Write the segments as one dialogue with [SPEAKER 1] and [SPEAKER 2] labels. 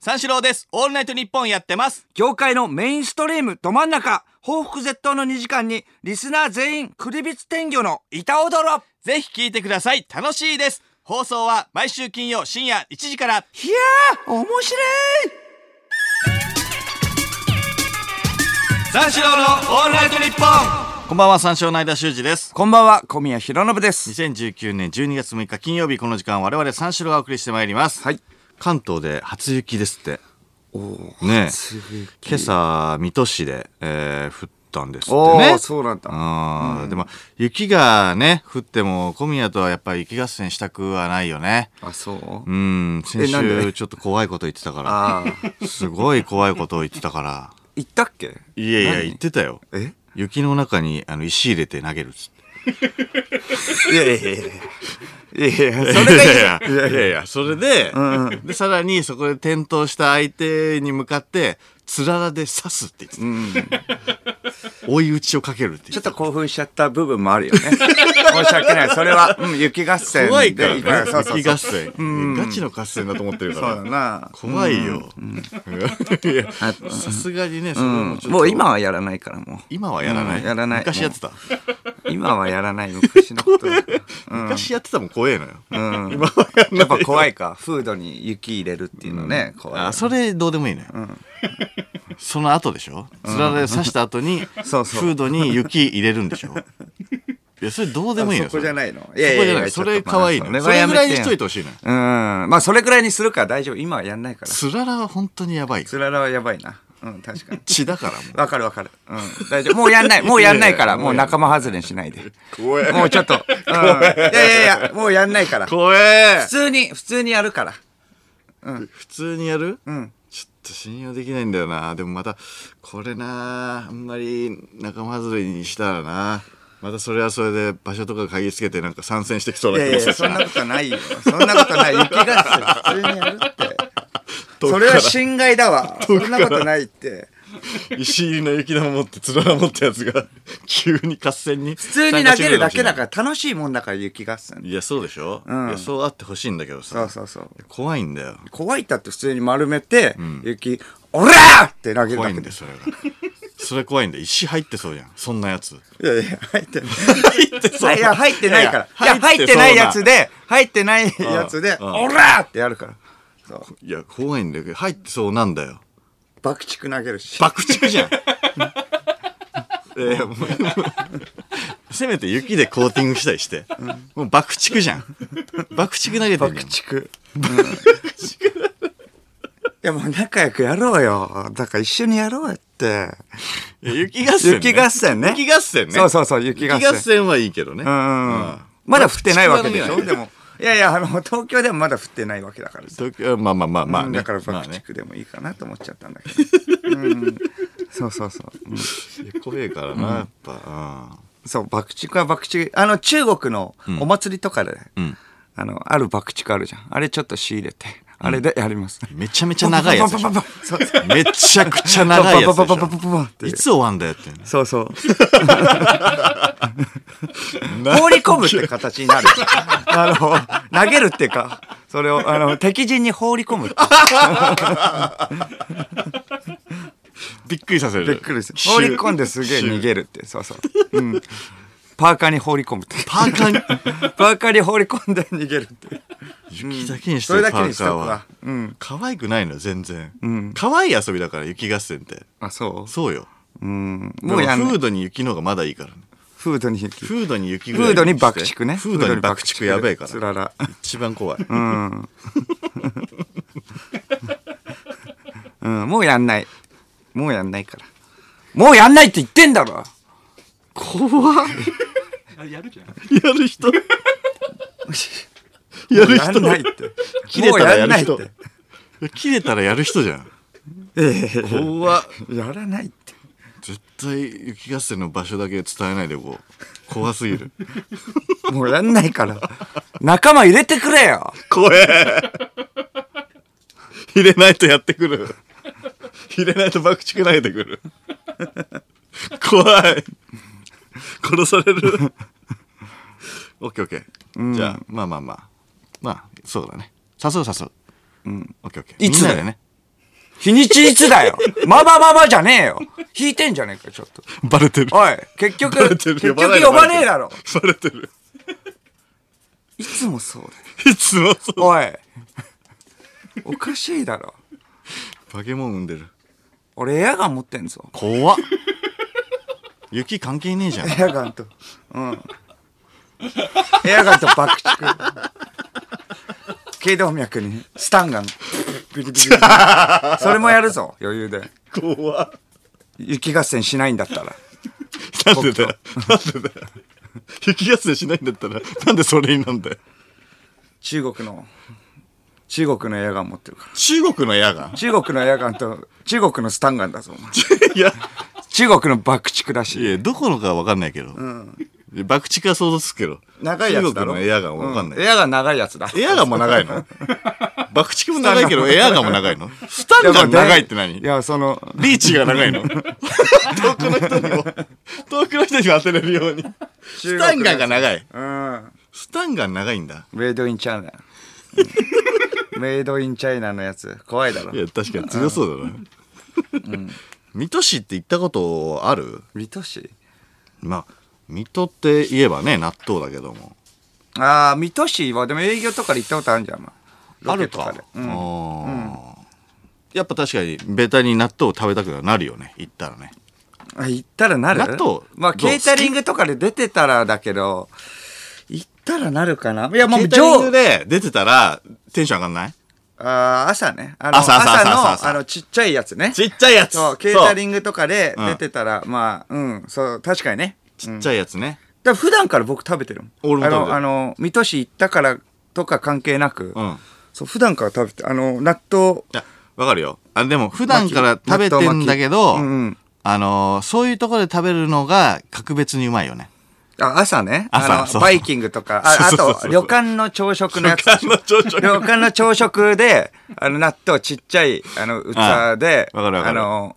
[SPEAKER 1] 三四郎です。オールナイトニッポンやってます。
[SPEAKER 2] 業界のメインストリームど真ん中報復絶倒の2時間にリスナー全員クリビツ天魚の板踊ろ
[SPEAKER 1] ぜひ聞いてください。楽しいです。放送は毎週金曜深夜1時から。
[SPEAKER 2] いやー面白い
[SPEAKER 1] 三四郎のオールナイトニッポンこんばんは、三四郎の間修二です。
[SPEAKER 2] こんばんは小宮弘信です
[SPEAKER 1] 2019年12月6日金曜日この時間我々三四郎がお送りしてまいります。
[SPEAKER 2] はい。
[SPEAKER 1] 関東で初雪ですって。
[SPEAKER 2] おー
[SPEAKER 1] ねえ
[SPEAKER 2] 初雪
[SPEAKER 1] 今朝、水戸市で、えー降ったんですって
[SPEAKER 2] おー
[SPEAKER 1] ね。
[SPEAKER 2] そうなんだ
[SPEAKER 1] あーでも雪がね降っても小宮とはやっぱり雪合戦したくはないよね
[SPEAKER 2] あそう
[SPEAKER 1] うん先
[SPEAKER 2] えなん
[SPEAKER 1] 週
[SPEAKER 2] で
[SPEAKER 1] ちょっと怖いこと言ってたか
[SPEAKER 2] あー
[SPEAKER 1] らすごい怖いことを言ってたから
[SPEAKER 2] 行ったっけ
[SPEAKER 1] いやいや
[SPEAKER 2] 何
[SPEAKER 1] 言ってたよ
[SPEAKER 2] え
[SPEAKER 1] 雪の中にあの石入れて投げるっつって
[SPEAKER 2] いやいやいやいやいやいやそ
[SPEAKER 1] い
[SPEAKER 2] れがいい
[SPEAKER 1] やいやいやいやそれで,、でさらにそこで転倒した相手に向かってつららで刺すって言ってた、追い打ちをかけるって
[SPEAKER 2] ち
[SPEAKER 1] 言
[SPEAKER 2] ょ
[SPEAKER 1] っ
[SPEAKER 2] ってと興奮しちゃった部分もあるよ ね申し訳ないそれは、うん、雪合戦で
[SPEAKER 1] 怖いからね
[SPEAKER 2] そうそう
[SPEAKER 1] 雪
[SPEAKER 2] そう
[SPEAKER 1] 合戦ガチの合戦だと思ってるか
[SPEAKER 2] そうだ
[SPEAKER 1] ら
[SPEAKER 2] な
[SPEAKER 1] 怖いよ。 いやさすがにね、それはもうちょっと。
[SPEAKER 2] もう今はやらないからも
[SPEAKER 1] 今はやらな
[SPEAKER 2] う
[SPEAKER 1] い。
[SPEAKER 2] んやらない
[SPEAKER 1] 昔やってた。
[SPEAKER 2] う今はやらない昔のこ とだから
[SPEAKER 1] 昔やってたもん怖えのよ。
[SPEAKER 2] うん
[SPEAKER 1] 今はやら
[SPEAKER 2] やっ
[SPEAKER 1] な
[SPEAKER 2] ぱ
[SPEAKER 1] い。
[SPEAKER 2] 怖いかフードに雪入れるっていうのね、怖いよ
[SPEAKER 1] あ、それどうでもいいのよ。その後でしょつられ刺した後に、フ
[SPEAKER 2] そうそう
[SPEAKER 1] ードに雪入れるんでしょいや、それどうでもいいのよ。
[SPEAKER 2] あそこじゃないの
[SPEAKER 1] それそこじゃない。
[SPEAKER 2] ちょ
[SPEAKER 1] そ
[SPEAKER 2] っと
[SPEAKER 1] れ可愛いの
[SPEAKER 2] まあ
[SPEAKER 1] よ。それぐらいに
[SPEAKER 2] は
[SPEAKER 1] しといてほしいのよ。
[SPEAKER 2] うんまあそれぐらいにするから大丈夫今はやんないから
[SPEAKER 1] つららは本当にやばいよ。
[SPEAKER 2] つららはやばいなうん確 かに
[SPEAKER 1] 血だからもう。
[SPEAKER 2] わかるわかるうん大丈夫もうやんないもうやんないか
[SPEAKER 1] いや
[SPEAKER 2] ら
[SPEAKER 1] いや
[SPEAKER 2] もう仲間外れにしないで
[SPEAKER 1] 怖え
[SPEAKER 2] もうちょっと、うん、いやいやいやもうやんないから普
[SPEAKER 1] 怖え
[SPEAKER 2] 通に普通にやるから
[SPEAKER 1] 普通にやる
[SPEAKER 2] うん
[SPEAKER 1] ちょっと信用できないんだよなでもまたこれなあんまり仲間外れにしたらなまたそれはそれで場所とか鍵つけてなんか参戦してきそう
[SPEAKER 2] い
[SPEAKER 1] な
[SPEAKER 2] や
[SPEAKER 1] 気
[SPEAKER 2] いや
[SPEAKER 1] が
[SPEAKER 2] い
[SPEAKER 1] する
[SPEAKER 2] やそんなことないよそんなことない雪合戦普通にやるって
[SPEAKER 1] 遠
[SPEAKER 2] そ
[SPEAKER 1] く
[SPEAKER 2] れ
[SPEAKER 1] か
[SPEAKER 2] は
[SPEAKER 1] ら
[SPEAKER 2] 侵害だわそんなことないって
[SPEAKER 1] 石入りの雪玉持ってつらら持ったやつ が急に合戦に
[SPEAKER 2] 普通に投げるだけだ
[SPEAKER 1] か
[SPEAKER 2] から楽しいもんだから雪合戦
[SPEAKER 1] いやそうでしょ、
[SPEAKER 2] ん
[SPEAKER 1] いやそうあってほしいんだけど
[SPEAKER 2] そう
[SPEAKER 1] さ
[SPEAKER 2] そうそう
[SPEAKER 1] 怖いんだよ
[SPEAKER 2] 怖いったって普通に丸めて、雪「おら!」って投げる
[SPEAKER 1] 怖
[SPEAKER 2] だ
[SPEAKER 1] い
[SPEAKER 2] け
[SPEAKER 1] んだ
[SPEAKER 2] で
[SPEAKER 1] よ
[SPEAKER 2] す
[SPEAKER 1] それ がそれ怖いんだよ石入ってそうじゃんそんなやつ
[SPEAKER 2] いやいや入って
[SPEAKER 1] 入って
[SPEAKER 2] いや入ってないからいや入ってないやつで入ってないやつで「
[SPEAKER 1] うん
[SPEAKER 2] おら!」ってやるからそう
[SPEAKER 1] いや怖いんだけど入ってそうなんだよ
[SPEAKER 2] 爆竹投げるし
[SPEAKER 1] 爆竹 じゃん。えーもうせめて雪でコーティングしたりして、もう爆竹じゃん爆竹投げてみ
[SPEAKER 2] 爆
[SPEAKER 1] る
[SPEAKER 2] 竹、うんいやもう仲良くやろうよだから一緒にやろうよって
[SPEAKER 1] いや雪合戦、ね、
[SPEAKER 2] 雪合戦ね
[SPEAKER 1] 雪合戦ね
[SPEAKER 2] そうそうそう雪
[SPEAKER 1] 雪
[SPEAKER 2] 合
[SPEAKER 1] 合
[SPEAKER 2] 戦
[SPEAKER 1] 戦はいいけどね、
[SPEAKER 2] うんまだ降ってないわけでし
[SPEAKER 1] 爆
[SPEAKER 2] ょ
[SPEAKER 1] 竹はね
[SPEAKER 2] でもいやいやあの東京でもまだ降ってないわけだからさ
[SPEAKER 1] 東京まあまあまあまあね、
[SPEAKER 2] うんだから
[SPEAKER 1] まあ
[SPEAKER 2] 爆
[SPEAKER 1] ね
[SPEAKER 2] 竹でもいいかなと思っちゃったんだけど、うんそうそうそう、うん
[SPEAKER 1] いや怖えからな、やっぱ、
[SPEAKER 2] そう爆竹は爆竹あの中国のお祭りとかで、
[SPEAKER 1] ん
[SPEAKER 2] あのある爆竹あるじゃんあれちょっと仕入れてあれでやります、
[SPEAKER 1] うん、めちゃめちゃ長いやつでし
[SPEAKER 2] パ
[SPEAKER 1] ょ
[SPEAKER 2] ンパンパンパンパンそう
[SPEAKER 1] めちゃくちゃ長いやつで
[SPEAKER 2] パンパンパンパンパンパンっ
[SPEAKER 1] してょいつ終わんだよって
[SPEAKER 2] そうそう。放り込むって形になる。 あの、投げるっていうか、それを、あの、敵陣に放り込むって。
[SPEAKER 1] びっくりさせる
[SPEAKER 2] びっくりでする。放り込んですげえ逃げるって。そうそう。うん。パーカーに放り込むって。
[SPEAKER 1] パーカーに
[SPEAKER 2] パーカーに放り込んで逃げるって。
[SPEAKER 1] 雪だけにして
[SPEAKER 2] それだけにし
[SPEAKER 1] パ
[SPEAKER 2] と
[SPEAKER 1] ーカー
[SPEAKER 2] くわ
[SPEAKER 1] は。
[SPEAKER 2] うん。
[SPEAKER 1] 可愛くないのよ全然、可愛い遊びだから雪合戦って
[SPEAKER 2] あ、そ
[SPEAKER 1] そうよ
[SPEAKER 2] ううん。
[SPEAKER 1] も
[SPEAKER 2] も
[SPEAKER 1] う
[SPEAKER 2] うやん
[SPEAKER 1] フ
[SPEAKER 2] ない
[SPEAKER 1] ー。ドに雪の方がまだいいからね
[SPEAKER 2] フードに雪。
[SPEAKER 1] フードに雪ぐ
[SPEAKER 2] フ
[SPEAKER 1] らい
[SPEAKER 2] ードに
[SPEAKER 1] して
[SPEAKER 2] 爆竹ね。
[SPEAKER 1] フードに爆竹やべえか
[SPEAKER 2] つ
[SPEAKER 1] ら
[SPEAKER 2] らら。
[SPEAKER 1] 一番怖い、
[SPEAKER 2] うん。うん、もうやんない。もうやんないから。もうやんないって言ってんだろ
[SPEAKER 1] 怖っ
[SPEAKER 3] やるじゃん。
[SPEAKER 1] やる 人やる人
[SPEAKER 2] もうやんないって。
[SPEAKER 1] 切れたらやる人
[SPEAKER 2] もうやんないって
[SPEAKER 1] 切れたらやる人じゃん
[SPEAKER 2] え
[SPEAKER 1] 怖っ
[SPEAKER 2] えやらないって。
[SPEAKER 1] 絶対雪合戦の場所だけ伝えないでおこう怖すぎる
[SPEAKER 2] もうやんないから。仲間入れてくれよ
[SPEAKER 1] 怖え入れないとやってくる入れないと爆竹投げてくる怖い殺されるオッケーオッケーじゃあまあまあまあまあそうだね誘う誘ううんオッケーオッケー
[SPEAKER 2] いつ
[SPEAKER 1] みんなでね
[SPEAKER 2] 日にちいつだよ。まばまばじゃねえよ。引いてんじゃねえか、ちょっと。
[SPEAKER 1] バレてる。
[SPEAKER 2] おい、結
[SPEAKER 1] バ
[SPEAKER 2] 局、
[SPEAKER 1] レて
[SPEAKER 2] 結
[SPEAKER 1] る
[SPEAKER 2] 局呼ばねえだろ。。
[SPEAKER 1] バレてる。
[SPEAKER 2] いつもそうだよ。
[SPEAKER 1] いつもそう。
[SPEAKER 2] おい。おかしいだろ。
[SPEAKER 1] バケモン産んでる。
[SPEAKER 2] 俺エアガン持ってんぞ。
[SPEAKER 1] 怖っ。雪関係ねえじゃ ん。
[SPEAKER 2] エアガンと。うん。エアガンと爆竹。頸動脈にスタンガン。ビリビリビリそれもやるぞ、余裕で。
[SPEAKER 1] 怖っ。
[SPEAKER 2] 雪合戦しないんだったら。
[SPEAKER 1] なんでだよ。なんでだよ。雪合戦しないんだったら、なんでそれになんだよ。
[SPEAKER 2] 中国の、中国のエアガン持ってるから。
[SPEAKER 1] 中国の矢が。
[SPEAKER 2] 中国のエアガンと、中国のスタンガンだぞ、お前
[SPEAKER 1] いや、
[SPEAKER 2] 中国の爆竹だ
[SPEAKER 1] い
[SPEAKER 2] し。
[SPEAKER 1] や、どこのかわかんないけど。爆竹は想像つくけど。
[SPEAKER 2] 長いやつだ
[SPEAKER 1] 中
[SPEAKER 2] ろ。
[SPEAKER 1] 国のエアガンわかんない。
[SPEAKER 2] うエアガン長いやつだ。
[SPEAKER 1] エアガンも長いの 爆竹も長いけ ど、エアガンも長いのスタンガン長いって何
[SPEAKER 2] いや、その、
[SPEAKER 1] リーチが長いの 遠くの人にも、遠くの人にも当てれるように。スタンガンが長い。
[SPEAKER 2] うん。
[SPEAKER 1] スタンガン長いんだ。
[SPEAKER 2] メイドイン チャイナ。うんメイドインチャイナのやつ、怖いだろ
[SPEAKER 1] い。や、確かに強そうだな。水戸市って行ったことある
[SPEAKER 2] 水戸市
[SPEAKER 1] まあ、水戸って言えばね、納豆だけども。
[SPEAKER 2] ああ、水戸市は、でも営業とかで行ったことあるんじゃん。
[SPEAKER 1] あ
[SPEAKER 2] ロケ
[SPEAKER 1] る
[SPEAKER 2] とか
[SPEAKER 1] か
[SPEAKER 2] で。。
[SPEAKER 1] あ
[SPEAKER 2] うん
[SPEAKER 1] ーやっぱ確かに、ベタに納豆を食べたくなるよね。行ったらね。
[SPEAKER 2] あ行ったらなる
[SPEAKER 1] 納豆
[SPEAKER 2] まあ、
[SPEAKER 1] どう
[SPEAKER 2] ケータリングとかで出てたらだけど、行ったらなるかな。いや、も
[SPEAKER 1] ケ
[SPEAKER 2] う、
[SPEAKER 1] ータリング
[SPEAKER 2] 上、
[SPEAKER 1] で出てたら、テンション上がんない
[SPEAKER 2] あー朝ね。あの
[SPEAKER 1] 朝朝朝朝朝
[SPEAKER 2] の、あの、ちっちゃいやつね。
[SPEAKER 1] ちっちゃいやつ
[SPEAKER 2] そう、ケータリングとかで
[SPEAKER 1] うん
[SPEAKER 2] 出てたら、まあ、うん、そう、確かにね。
[SPEAKER 1] ちっちゃいやつね。
[SPEAKER 2] だから普段から僕食べてるもん。
[SPEAKER 1] 俺も食べてる
[SPEAKER 2] あの、あの、水戸市行ったからとか関係なく、
[SPEAKER 1] うん。
[SPEAKER 2] そう、普段から食べて、あの、納豆、
[SPEAKER 1] いや、わかるよ。あ、でも、普段から食べてんだけど、
[SPEAKER 2] うんうん
[SPEAKER 1] あのーそういうところで食べるのが格別にうまいよね。
[SPEAKER 2] あ、朝ね。
[SPEAKER 1] 朝
[SPEAKER 2] あ
[SPEAKER 1] そ
[SPEAKER 2] の、
[SPEAKER 1] う
[SPEAKER 2] バイキングとか、あ
[SPEAKER 1] そ
[SPEAKER 2] あ
[SPEAKER 1] うそうそう
[SPEAKER 2] と、旅館の朝食のやつ。
[SPEAKER 1] 旅館の朝食
[SPEAKER 2] 旅館の朝食で、あの、納豆ちっちゃい、あの、器で、
[SPEAKER 1] うんわかるわかる
[SPEAKER 2] あの、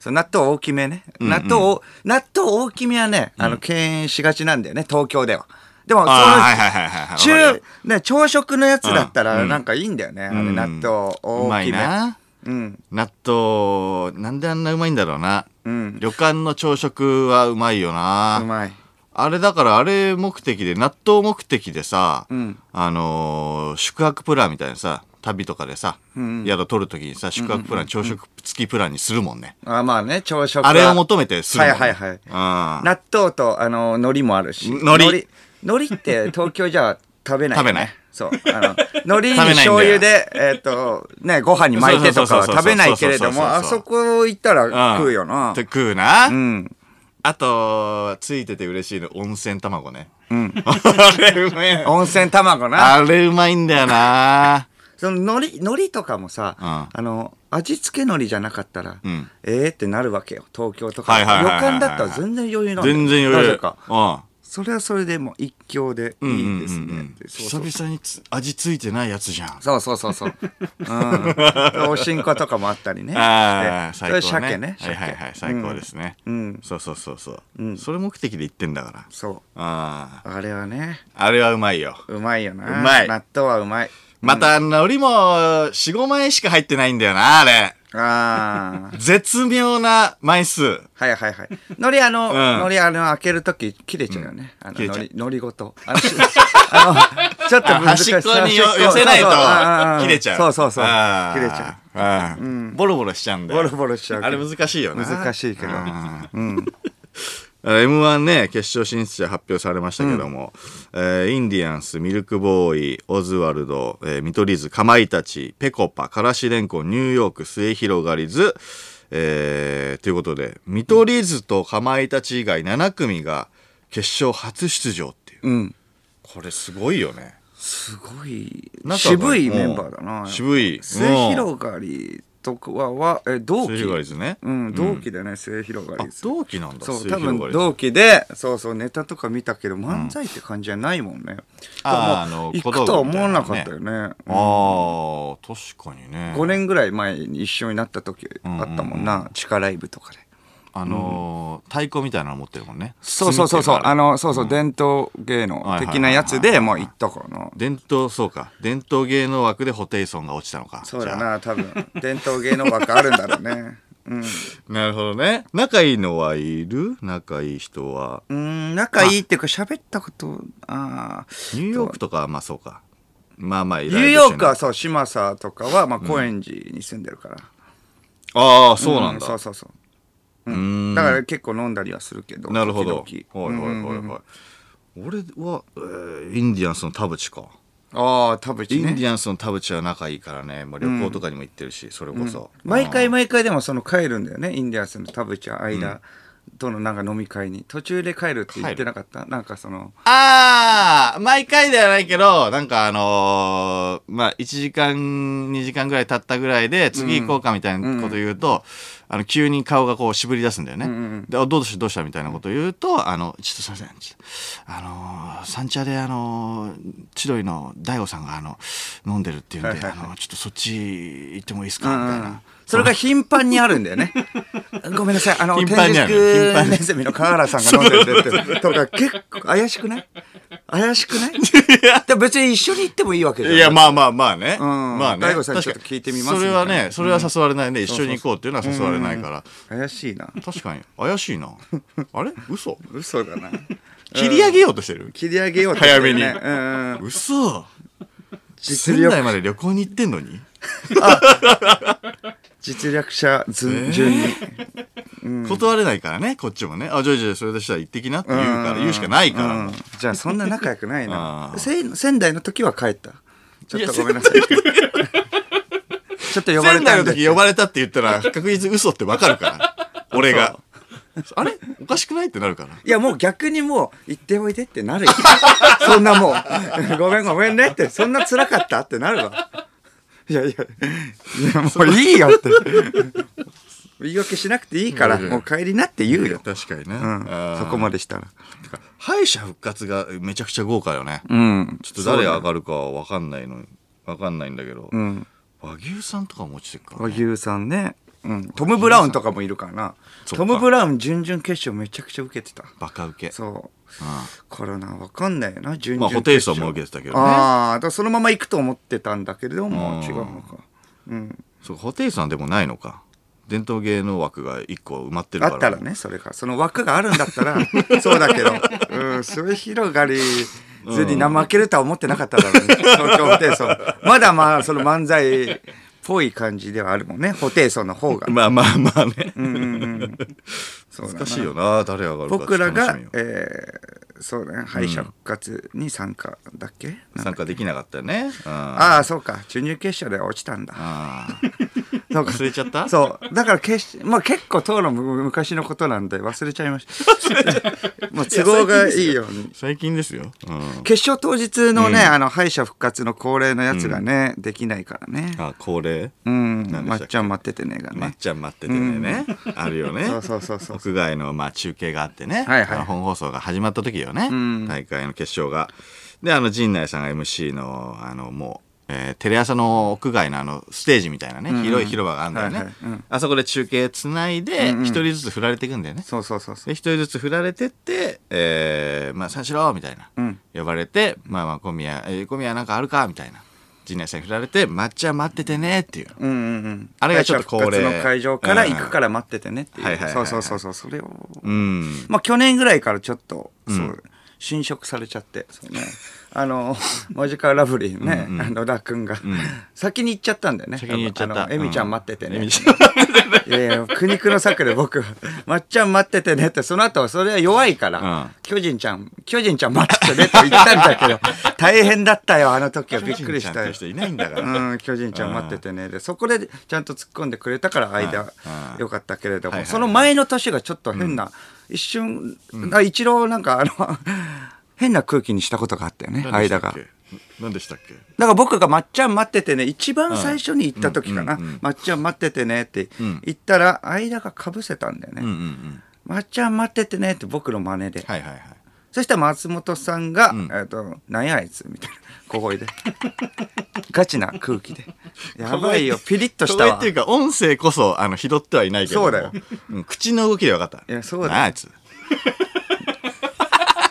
[SPEAKER 2] そう納豆大きめね。納豆を、納豆大きめはね、あの、敬遠しがちなんだよね、東京では。でも、その、
[SPEAKER 1] あーはいはいはいはいはい。わかる
[SPEAKER 2] 中
[SPEAKER 1] よ、
[SPEAKER 2] ね、朝食のやつだったら、
[SPEAKER 1] うん
[SPEAKER 2] なんかいいんだよね。あ
[SPEAKER 1] う
[SPEAKER 2] れ
[SPEAKER 1] ん
[SPEAKER 2] 納豆
[SPEAKER 1] う
[SPEAKER 2] 大
[SPEAKER 1] ま
[SPEAKER 2] き
[SPEAKER 1] い
[SPEAKER 2] め。
[SPEAKER 1] な。
[SPEAKER 2] うん。
[SPEAKER 1] 納豆、なんであんなうまいんだろうな。
[SPEAKER 2] うん。
[SPEAKER 1] 旅館の朝食はうまいよ
[SPEAKER 2] う
[SPEAKER 1] な。
[SPEAKER 2] まい。
[SPEAKER 1] あれだから、あれ目的で、納豆目的でさ、
[SPEAKER 2] うん。
[SPEAKER 1] あのー宿泊プランみたいなさ、旅とかでさ、
[SPEAKER 2] うん
[SPEAKER 1] 宿取るときにさ、宿泊プラン、朝食付きプランにするもんね。
[SPEAKER 2] あ、まあね、朝食は。
[SPEAKER 1] あれを求めてするもんね。
[SPEAKER 2] はいはい
[SPEAKER 1] う
[SPEAKER 2] はい
[SPEAKER 1] ん。
[SPEAKER 2] 納豆と、あの、海苔もあるし。
[SPEAKER 1] 海苔
[SPEAKER 2] 苔海苔って東京じゃ食べない、ね。
[SPEAKER 1] 食べない。
[SPEAKER 2] そう。あ の、
[SPEAKER 1] 食べな
[SPEAKER 2] 海苔に
[SPEAKER 1] いんだよ
[SPEAKER 2] 醤油で、えっ、と、ね、ご飯に巻いてとかは
[SPEAKER 1] そうそうそうそう
[SPEAKER 2] 食べないけれど
[SPEAKER 1] そう
[SPEAKER 2] も、
[SPEAKER 1] そうそう
[SPEAKER 2] あ
[SPEAKER 1] そう
[SPEAKER 2] そこ行ったら
[SPEAKER 1] うん
[SPEAKER 2] 食うよな
[SPEAKER 1] て。食うな、
[SPEAKER 2] うん。
[SPEAKER 1] あとついてて嬉しいの温泉卵ね
[SPEAKER 2] うん。
[SPEAKER 1] あれうめえ
[SPEAKER 2] 温泉卵な。
[SPEAKER 1] あれうまいんだよな
[SPEAKER 2] その海苔、海苔とかもさ、
[SPEAKER 1] うん
[SPEAKER 2] あの、味付け海苔じゃなかったら、
[SPEAKER 1] うん
[SPEAKER 2] えーってなるわけよ。東京とか。
[SPEAKER 1] はいはいはいはいはい
[SPEAKER 2] 旅館だったら全然余裕なんだよ
[SPEAKER 1] 全然
[SPEAKER 2] な
[SPEAKER 1] 余
[SPEAKER 2] ぜ
[SPEAKER 1] 裕
[SPEAKER 2] か。それはそれでもう一興で
[SPEAKER 1] うんうん
[SPEAKER 2] いい
[SPEAKER 1] うん
[SPEAKER 2] ですね。
[SPEAKER 1] うん
[SPEAKER 2] そうそう
[SPEAKER 1] 久々につ味ついてないやつじゃん
[SPEAKER 2] そうそうそうそ う。うん。おしんことかもあったりね。
[SPEAKER 1] ああ
[SPEAKER 2] して
[SPEAKER 1] 最高ね
[SPEAKER 2] それ鮭ね。
[SPEAKER 1] はいはいはい
[SPEAKER 2] 鮭
[SPEAKER 1] 最高で。すね、
[SPEAKER 2] うん。うん
[SPEAKER 1] そうそうそうそう、それ目的で言ってんだから
[SPEAKER 2] そう。
[SPEAKER 1] あ
[SPEAKER 2] あれはね、
[SPEAKER 1] ああれはうまいよ
[SPEAKER 2] うまいよな。
[SPEAKER 1] うまい
[SPEAKER 2] 納豆はうまい。
[SPEAKER 1] また海苔も45枚しか入ってないんだよなあれ
[SPEAKER 2] あ あ。
[SPEAKER 1] 絶妙な枚数
[SPEAKER 2] はいはいはい。海苔あの、
[SPEAKER 1] ん
[SPEAKER 2] 海苔あの、開けるとき切れちゃうよね。あの、
[SPEAKER 1] 切
[SPEAKER 2] 海
[SPEAKER 1] れちゃう
[SPEAKER 2] 苔、海苔 ごと。あの、しあのちょっと
[SPEAKER 1] あ
[SPEAKER 2] 難しい。
[SPEAKER 1] 端っこによ寄せない
[SPEAKER 2] そうそうああああ
[SPEAKER 1] と切れちゃう
[SPEAKER 2] そうそうそう。
[SPEAKER 1] あー
[SPEAKER 2] 切れちゃ
[SPEAKER 1] あーボロボロしちゃうん
[SPEAKER 2] う。
[SPEAKER 1] だよ
[SPEAKER 2] ボロボロしちゃうけ
[SPEAKER 1] あ
[SPEAKER 2] ど。
[SPEAKER 1] れ難しいよね
[SPEAKER 2] 難しいけど。うん。
[SPEAKER 1] m 1ね決勝進出者発表されましたけども、えーインディアンスミルクボーイオズワルド、えー見取り図かまいたちぺこぱからしれんこんニューヨーク末広がりず、えーということで見取り図とかまいたち以外7組が決勝初出場っていう
[SPEAKER 2] うん。
[SPEAKER 1] これすごいよね
[SPEAKER 2] すごい
[SPEAKER 1] なんか
[SPEAKER 2] 渋いメンバーだな。
[SPEAKER 1] うん渋い
[SPEAKER 2] 末広がりとかは、え同
[SPEAKER 1] 末広がり
[SPEAKER 2] 期。
[SPEAKER 1] ずね
[SPEAKER 2] うん、同期だね、末広が
[SPEAKER 1] あ
[SPEAKER 2] りです。
[SPEAKER 1] 同期なんだ
[SPEAKER 2] そう、
[SPEAKER 1] 末
[SPEAKER 2] 多
[SPEAKER 1] 広が
[SPEAKER 2] 分
[SPEAKER 1] り
[SPEAKER 2] 同期で、そうそう、ネタとか見たけど、漫才って感じじゃないもんね。
[SPEAKER 1] あー
[SPEAKER 2] でも
[SPEAKER 1] あの
[SPEAKER 2] 行くとは思わなかったよね。
[SPEAKER 1] ああ確かにね
[SPEAKER 2] 5年ぐらい前に一緒になった時あったもんな、地下ライブとかで。
[SPEAKER 1] あのー太鼓みたいなの持ってるもんね
[SPEAKER 2] そうそうそうそう
[SPEAKER 1] 包みっていのがる
[SPEAKER 2] あのそうそう、伝統芸能的なやつでもう一とこの
[SPEAKER 1] 伝統そうか伝統芸能枠でホテイソンが落ちたのか
[SPEAKER 2] そうだ
[SPEAKER 1] じゃあ
[SPEAKER 2] な多分伝統芸能枠あるんだろうねうんう
[SPEAKER 4] なるほどね。仲いいのはいる仲いい人は。
[SPEAKER 2] ーん仲いいっていうか喋ったことああ
[SPEAKER 1] ニューヨークとかはまあそうか
[SPEAKER 4] まあまあ、い
[SPEAKER 2] ニューヨークはそう嶋佐とかは、まあ、高円寺に住んでるから、
[SPEAKER 4] ああ、そうなんだ。
[SPEAKER 2] そうそうそう
[SPEAKER 4] うーん
[SPEAKER 2] だから結構飲んだりはするけど
[SPEAKER 4] なるほど。
[SPEAKER 2] 時
[SPEAKER 4] はい
[SPEAKER 2] 々
[SPEAKER 4] はいはい
[SPEAKER 2] うんうんうん
[SPEAKER 4] はい。俺は、えーインディアンスの田淵か。
[SPEAKER 2] ああ田
[SPEAKER 4] イ
[SPEAKER 2] 淵
[SPEAKER 4] ンデ
[SPEAKER 2] ね
[SPEAKER 4] ィアンスの田淵は仲いいからね、まあ、旅行とかにも行ってるし、それこそ。
[SPEAKER 2] 毎回毎回でもその帰るんだよねインディアンスの田淵は間とのなんか飲み会に途中で帰るって言ってなかったなんかその
[SPEAKER 1] ああ毎回ではないけど、なんかあのーまあ、1時間、2時間ぐらい経ったぐらいで、次行こうかみたいなこと言うと、あの、急に顔がこう渋り出すんだよね。で、あどうしたどうしたみたいなこと言うと、あの、ちょっとすいません。ちょっとあのー、三茶であのー千鳥の大悟さんがあの、飲んでるっていうんで、
[SPEAKER 2] はいはいはい
[SPEAKER 1] あの、ちょっとそっち行ってもいいですかみたいな。
[SPEAKER 2] それが頻繁にあるんだよね。ごめんなさい、あの、
[SPEAKER 1] 頻
[SPEAKER 2] 天
[SPEAKER 1] 繁にある頻繁
[SPEAKER 2] 竺
[SPEAKER 1] に
[SPEAKER 2] ネズミの川原さんが飲んでるってとか、結構怪しくない怪しくないでも別に一緒に行ってもいいわけじゃない
[SPEAKER 4] いや、まあまあまあね。
[SPEAKER 2] うん
[SPEAKER 4] まあね。
[SPEAKER 2] 大悟さんに
[SPEAKER 4] 確か
[SPEAKER 2] ちょっと聞いてみます
[SPEAKER 1] それは
[SPEAKER 2] みたい
[SPEAKER 1] ね
[SPEAKER 2] な、
[SPEAKER 1] それは誘われないね。一緒に行こうっていうのは誘われないから。
[SPEAKER 2] 怪しいな。
[SPEAKER 1] 確かに怪しいな あれ嘘
[SPEAKER 2] 嘘だな。
[SPEAKER 1] 切り上げようとしてる
[SPEAKER 2] 切り上げようとしてるね
[SPEAKER 4] 早
[SPEAKER 2] うんうん。
[SPEAKER 1] 嘘
[SPEAKER 2] 実
[SPEAKER 1] 仙台
[SPEAKER 2] 力、
[SPEAKER 1] まで旅行に行ってんのに
[SPEAKER 2] 実力者ず順に。
[SPEAKER 1] 断れないからねこっちもねあじゃあじゃあそれでしたら行ってきなって言うから
[SPEAKER 2] うん
[SPEAKER 1] 言うしかないか
[SPEAKER 2] うん
[SPEAKER 1] ら
[SPEAKER 2] じゃあそんな仲良くないな
[SPEAKER 1] あ。ー
[SPEAKER 2] せん仙台の時は帰った。ちょっとごめんなさい。ちょっと呼ばれ
[SPEAKER 1] 仙
[SPEAKER 2] た
[SPEAKER 1] 台
[SPEAKER 2] ん
[SPEAKER 1] の
[SPEAKER 2] で
[SPEAKER 1] 時呼ばれたって言ったら確実嘘ってわかる から俺があれおかしくないってなるから
[SPEAKER 2] いやもう逆にもう行っておいでっ てなるよそんなもうごめんごめんねってそんな辛かったってなるわいやいやいやもういいよって言い訳しなくていいからもう帰りなって言うよ、
[SPEAKER 1] 確かにね
[SPEAKER 2] うん、そこまでしたら
[SPEAKER 1] 敗者復活がめちゃくちゃ豪華よね
[SPEAKER 2] うん
[SPEAKER 4] ちょっと誰上がるかわかんないのに、わかんないんだけど
[SPEAKER 2] う、ん
[SPEAKER 1] 和牛さんとかも落ちてるから
[SPEAKER 2] 和
[SPEAKER 1] ね
[SPEAKER 2] 牛さんね、うん、トム・ブラウンとかもいるからな
[SPEAKER 1] そっ
[SPEAKER 2] ト
[SPEAKER 1] か
[SPEAKER 2] ム・ブラウン準々決勝めちゃくちゃ受けてた
[SPEAKER 1] バカウケ
[SPEAKER 2] そう
[SPEAKER 1] う
[SPEAKER 2] からなわかんないよな準
[SPEAKER 1] んま
[SPEAKER 2] 々
[SPEAKER 1] あ
[SPEAKER 2] 決勝
[SPEAKER 1] ホテイソンも受けてたけどね
[SPEAKER 2] ああだからそのまま行くと思ってたんだけれども
[SPEAKER 1] うん
[SPEAKER 2] 違うのか、うん、
[SPEAKER 1] そうホテイソンでもないのか伝統芸能枠が一個埋まってるか
[SPEAKER 2] あ
[SPEAKER 1] ら
[SPEAKER 2] ったらねそれがその枠があるんだっ たらそうだけど、うん、それ広がりずに負けるとは思ってなかっただろうね、東京ホテイソンまだまあその漫才っぽい感じではあるもんねホテイソンの方が、
[SPEAKER 4] まあまあまあね。
[SPEAKER 2] うんうんうん、そうだな
[SPEAKER 1] 難しいよな誰上がるか
[SPEAKER 2] 僕ら
[SPEAKER 1] 楽
[SPEAKER 2] が
[SPEAKER 1] しみよ、
[SPEAKER 2] えーそうだね敗者復活に参加だっけ、なんか
[SPEAKER 4] 参加できなかったよね。うん
[SPEAKER 2] ああそうか準々決勝で落ちたんだ
[SPEAKER 1] あ
[SPEAKER 2] そ
[SPEAKER 1] ー
[SPEAKER 2] うか
[SPEAKER 1] 忘れちゃった
[SPEAKER 2] そう。だから決し、まあ結構当の昔のことなんで忘れちゃいま した。まあ都合がいいように。
[SPEAKER 1] 最近ですよ、うん、
[SPEAKER 2] 決勝当日のね、あの敗者復活の恒例のやつがね、できないからね。
[SPEAKER 4] あ、恒例
[SPEAKER 2] うん。
[SPEAKER 4] 何でしたっけ
[SPEAKER 2] まっちゃん待っててねが
[SPEAKER 1] まっ
[SPEAKER 2] ね。
[SPEAKER 1] ちゃん待っててね、あるよね
[SPEAKER 2] そうそうそ うそう。
[SPEAKER 1] 屋外のまあ中継があってね、
[SPEAKER 2] はいはい
[SPEAKER 1] あの本放送が始まった時よね、
[SPEAKER 2] ん
[SPEAKER 1] 大会の決勝がであの陣内さんが MC のあのもう、えーテレ朝の屋外のあのステージみたいなね、広い広場があるんだよね、
[SPEAKER 2] はいはいうん
[SPEAKER 1] あそこで中継つないで一人ずつ振られていくんだよね、
[SPEAKER 2] そうそうそうそ
[SPEAKER 1] で一人ずつ振られてって「えー、まあ三四郎」みたいな、
[SPEAKER 2] ん
[SPEAKER 1] 呼ばれて「まあまあ小宮、えー、小宮なんかあるか?」みたいな陣内さんに振られて「抹茶待っててね」っていう、
[SPEAKER 2] う。うんうんうん。
[SPEAKER 1] あれがちょっと恒例
[SPEAKER 2] 敗者復活の会場から行くから待っててねっていう。
[SPEAKER 1] はいはいはい
[SPEAKER 2] そ
[SPEAKER 1] は
[SPEAKER 2] う
[SPEAKER 1] い
[SPEAKER 2] そうそうそう。それを。
[SPEAKER 1] うん、
[SPEAKER 2] まあ去年ぐらいからちょっと、そう、
[SPEAKER 1] うん
[SPEAKER 2] 侵食されちゃって、そうね。あの、 マジカルラブリーのね、あの、ダー君が、先に行っちゃったんだよね。
[SPEAKER 1] 先に行っちゃった
[SPEAKER 2] あのエミちゃん待っててね。
[SPEAKER 1] うんエミち
[SPEAKER 2] いやいや、苦肉の策で僕、まっちゃん待っててねって、その後、それは弱いから、
[SPEAKER 1] うん
[SPEAKER 2] 巨人ちゃん、巨人ちゃん待っててねって言ったんだ けど、大変だったよ、あの時は。びっくりした
[SPEAKER 1] 巨人ちゃんって。
[SPEAKER 2] よ
[SPEAKER 1] 人いないんだから、
[SPEAKER 2] うん、巨人ちゃん待っててねでそこでちゃんと突っ込んでくれたから間
[SPEAKER 1] うん
[SPEAKER 2] 良かったけれども、
[SPEAKER 1] はいはい
[SPEAKER 2] その前の年がちょっと変な、一瞬、あ一郎なんかあの 変な空気にしたことがあったよね
[SPEAKER 1] 何でした
[SPEAKER 2] 間
[SPEAKER 1] っ
[SPEAKER 2] が
[SPEAKER 1] け何でしたっけ
[SPEAKER 2] だから僕が「まっちゃん待っててね」一番最初に行った時かな「まっちゃん待っててね」って言ったら間がかぶせたんだよね
[SPEAKER 1] う
[SPEAKER 2] 「
[SPEAKER 1] んうんうん
[SPEAKER 2] まっちゃん待っててね」って僕の真似で、
[SPEAKER 1] はいはいはい
[SPEAKER 2] そしたら松本さんが「
[SPEAKER 1] ん
[SPEAKER 2] えっと何やあいつ」みたいな小声で ガチな空気で「やばいよピリッとした
[SPEAKER 1] 声
[SPEAKER 2] わ」
[SPEAKER 1] っていうか、音声こそ、あの、拾ってはいないけども。
[SPEAKER 2] そうだよ
[SPEAKER 1] うん。口の動きで分かった。
[SPEAKER 2] いやそうだよ
[SPEAKER 1] なああいつ。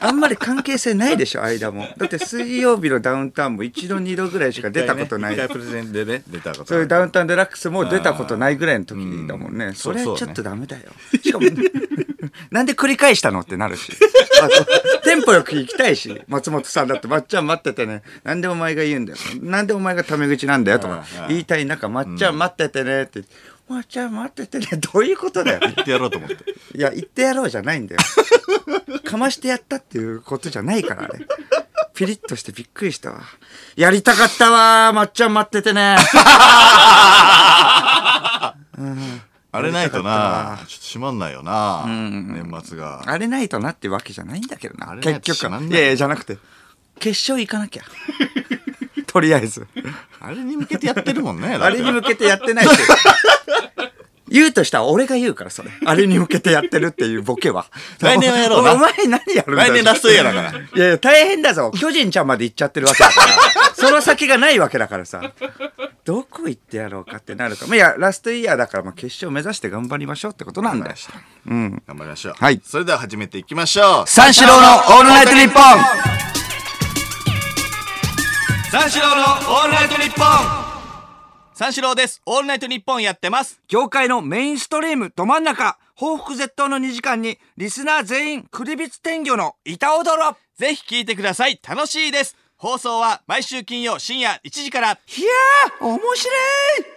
[SPEAKER 2] あんまり関係性ないでしょ間もだって水曜日のダウンタウンも一度二度ぐらいしか出たことない
[SPEAKER 1] 一回プレゼンでね、出たこと
[SPEAKER 2] そういう
[SPEAKER 1] あ
[SPEAKER 2] ダウンタウンデラックスも出たことないぐらいの時だもんね。
[SPEAKER 1] うん
[SPEAKER 2] それ
[SPEAKER 1] そう
[SPEAKER 2] ち
[SPEAKER 1] そう
[SPEAKER 2] ょ
[SPEAKER 1] ね
[SPEAKER 2] っとダメだよ。しかも、 なんで繰り返したのってな るし。あとテンポよく行きたいし、松本さんだって、まっちゃん待っててね、なんでお前が言うんだよ。なんでお前がタメ口なんだよとか言いたい中、まっちゃん待っててねって、まっちゃん待っててね、どういうことだよ。
[SPEAKER 1] る。ってやろうと思って。
[SPEAKER 2] いや、言ってやろうじゃないんだよ。かましてやったっていうことじゃないからね。ピリッとしてびっくりしたわ。やりたかったわまっちゃん待っててね。
[SPEAKER 1] あれないとな、ちょっと閉まんないよな、年末が。
[SPEAKER 2] あれないとなってわけじゃないんだけど
[SPEAKER 1] あ
[SPEAKER 2] な。
[SPEAKER 1] れないと
[SPEAKER 2] 結局
[SPEAKER 1] しま
[SPEAKER 2] は。
[SPEAKER 1] ん
[SPEAKER 2] い
[SPEAKER 1] ない
[SPEAKER 2] やいや、じゃなくて。決勝行かなきゃ。とりあえず。
[SPEAKER 1] あれに向けてやってるも んね。
[SPEAKER 2] あれに向けてやってないし。 言うとしたら俺が言うから、それ。あれに向けてやってるっていうボケ は。
[SPEAKER 1] 来年はやろうな
[SPEAKER 2] お前何やるんだ
[SPEAKER 1] 来
[SPEAKER 2] よ
[SPEAKER 1] 年ラストイヤーだから
[SPEAKER 2] いやいや、大変だぞ。巨人ちゃんまで行っちゃってるわけだから。その先がないわけだからさ。どこ行ってやろうかってなるか。まあいや、ラストイヤーだから、まあ決勝目指して頑張りましょうってことなんだよ。うん。
[SPEAKER 1] 頑張りましょう。
[SPEAKER 2] はい
[SPEAKER 1] それでは始めていきましょう。
[SPEAKER 2] 三四郎のオールナイトニッポン
[SPEAKER 1] 三四郎のオールナイトニッポン三四郎です。オールナイトニッポンやってます。
[SPEAKER 2] 業界のメインストリームど真ん中報復絶倒の2時間にリスナー全員クリビツ天魚の板踊ろ
[SPEAKER 1] ぜひ聞いてください。楽しいです。放送は毎週金曜深夜1時から。
[SPEAKER 2] いやー面白い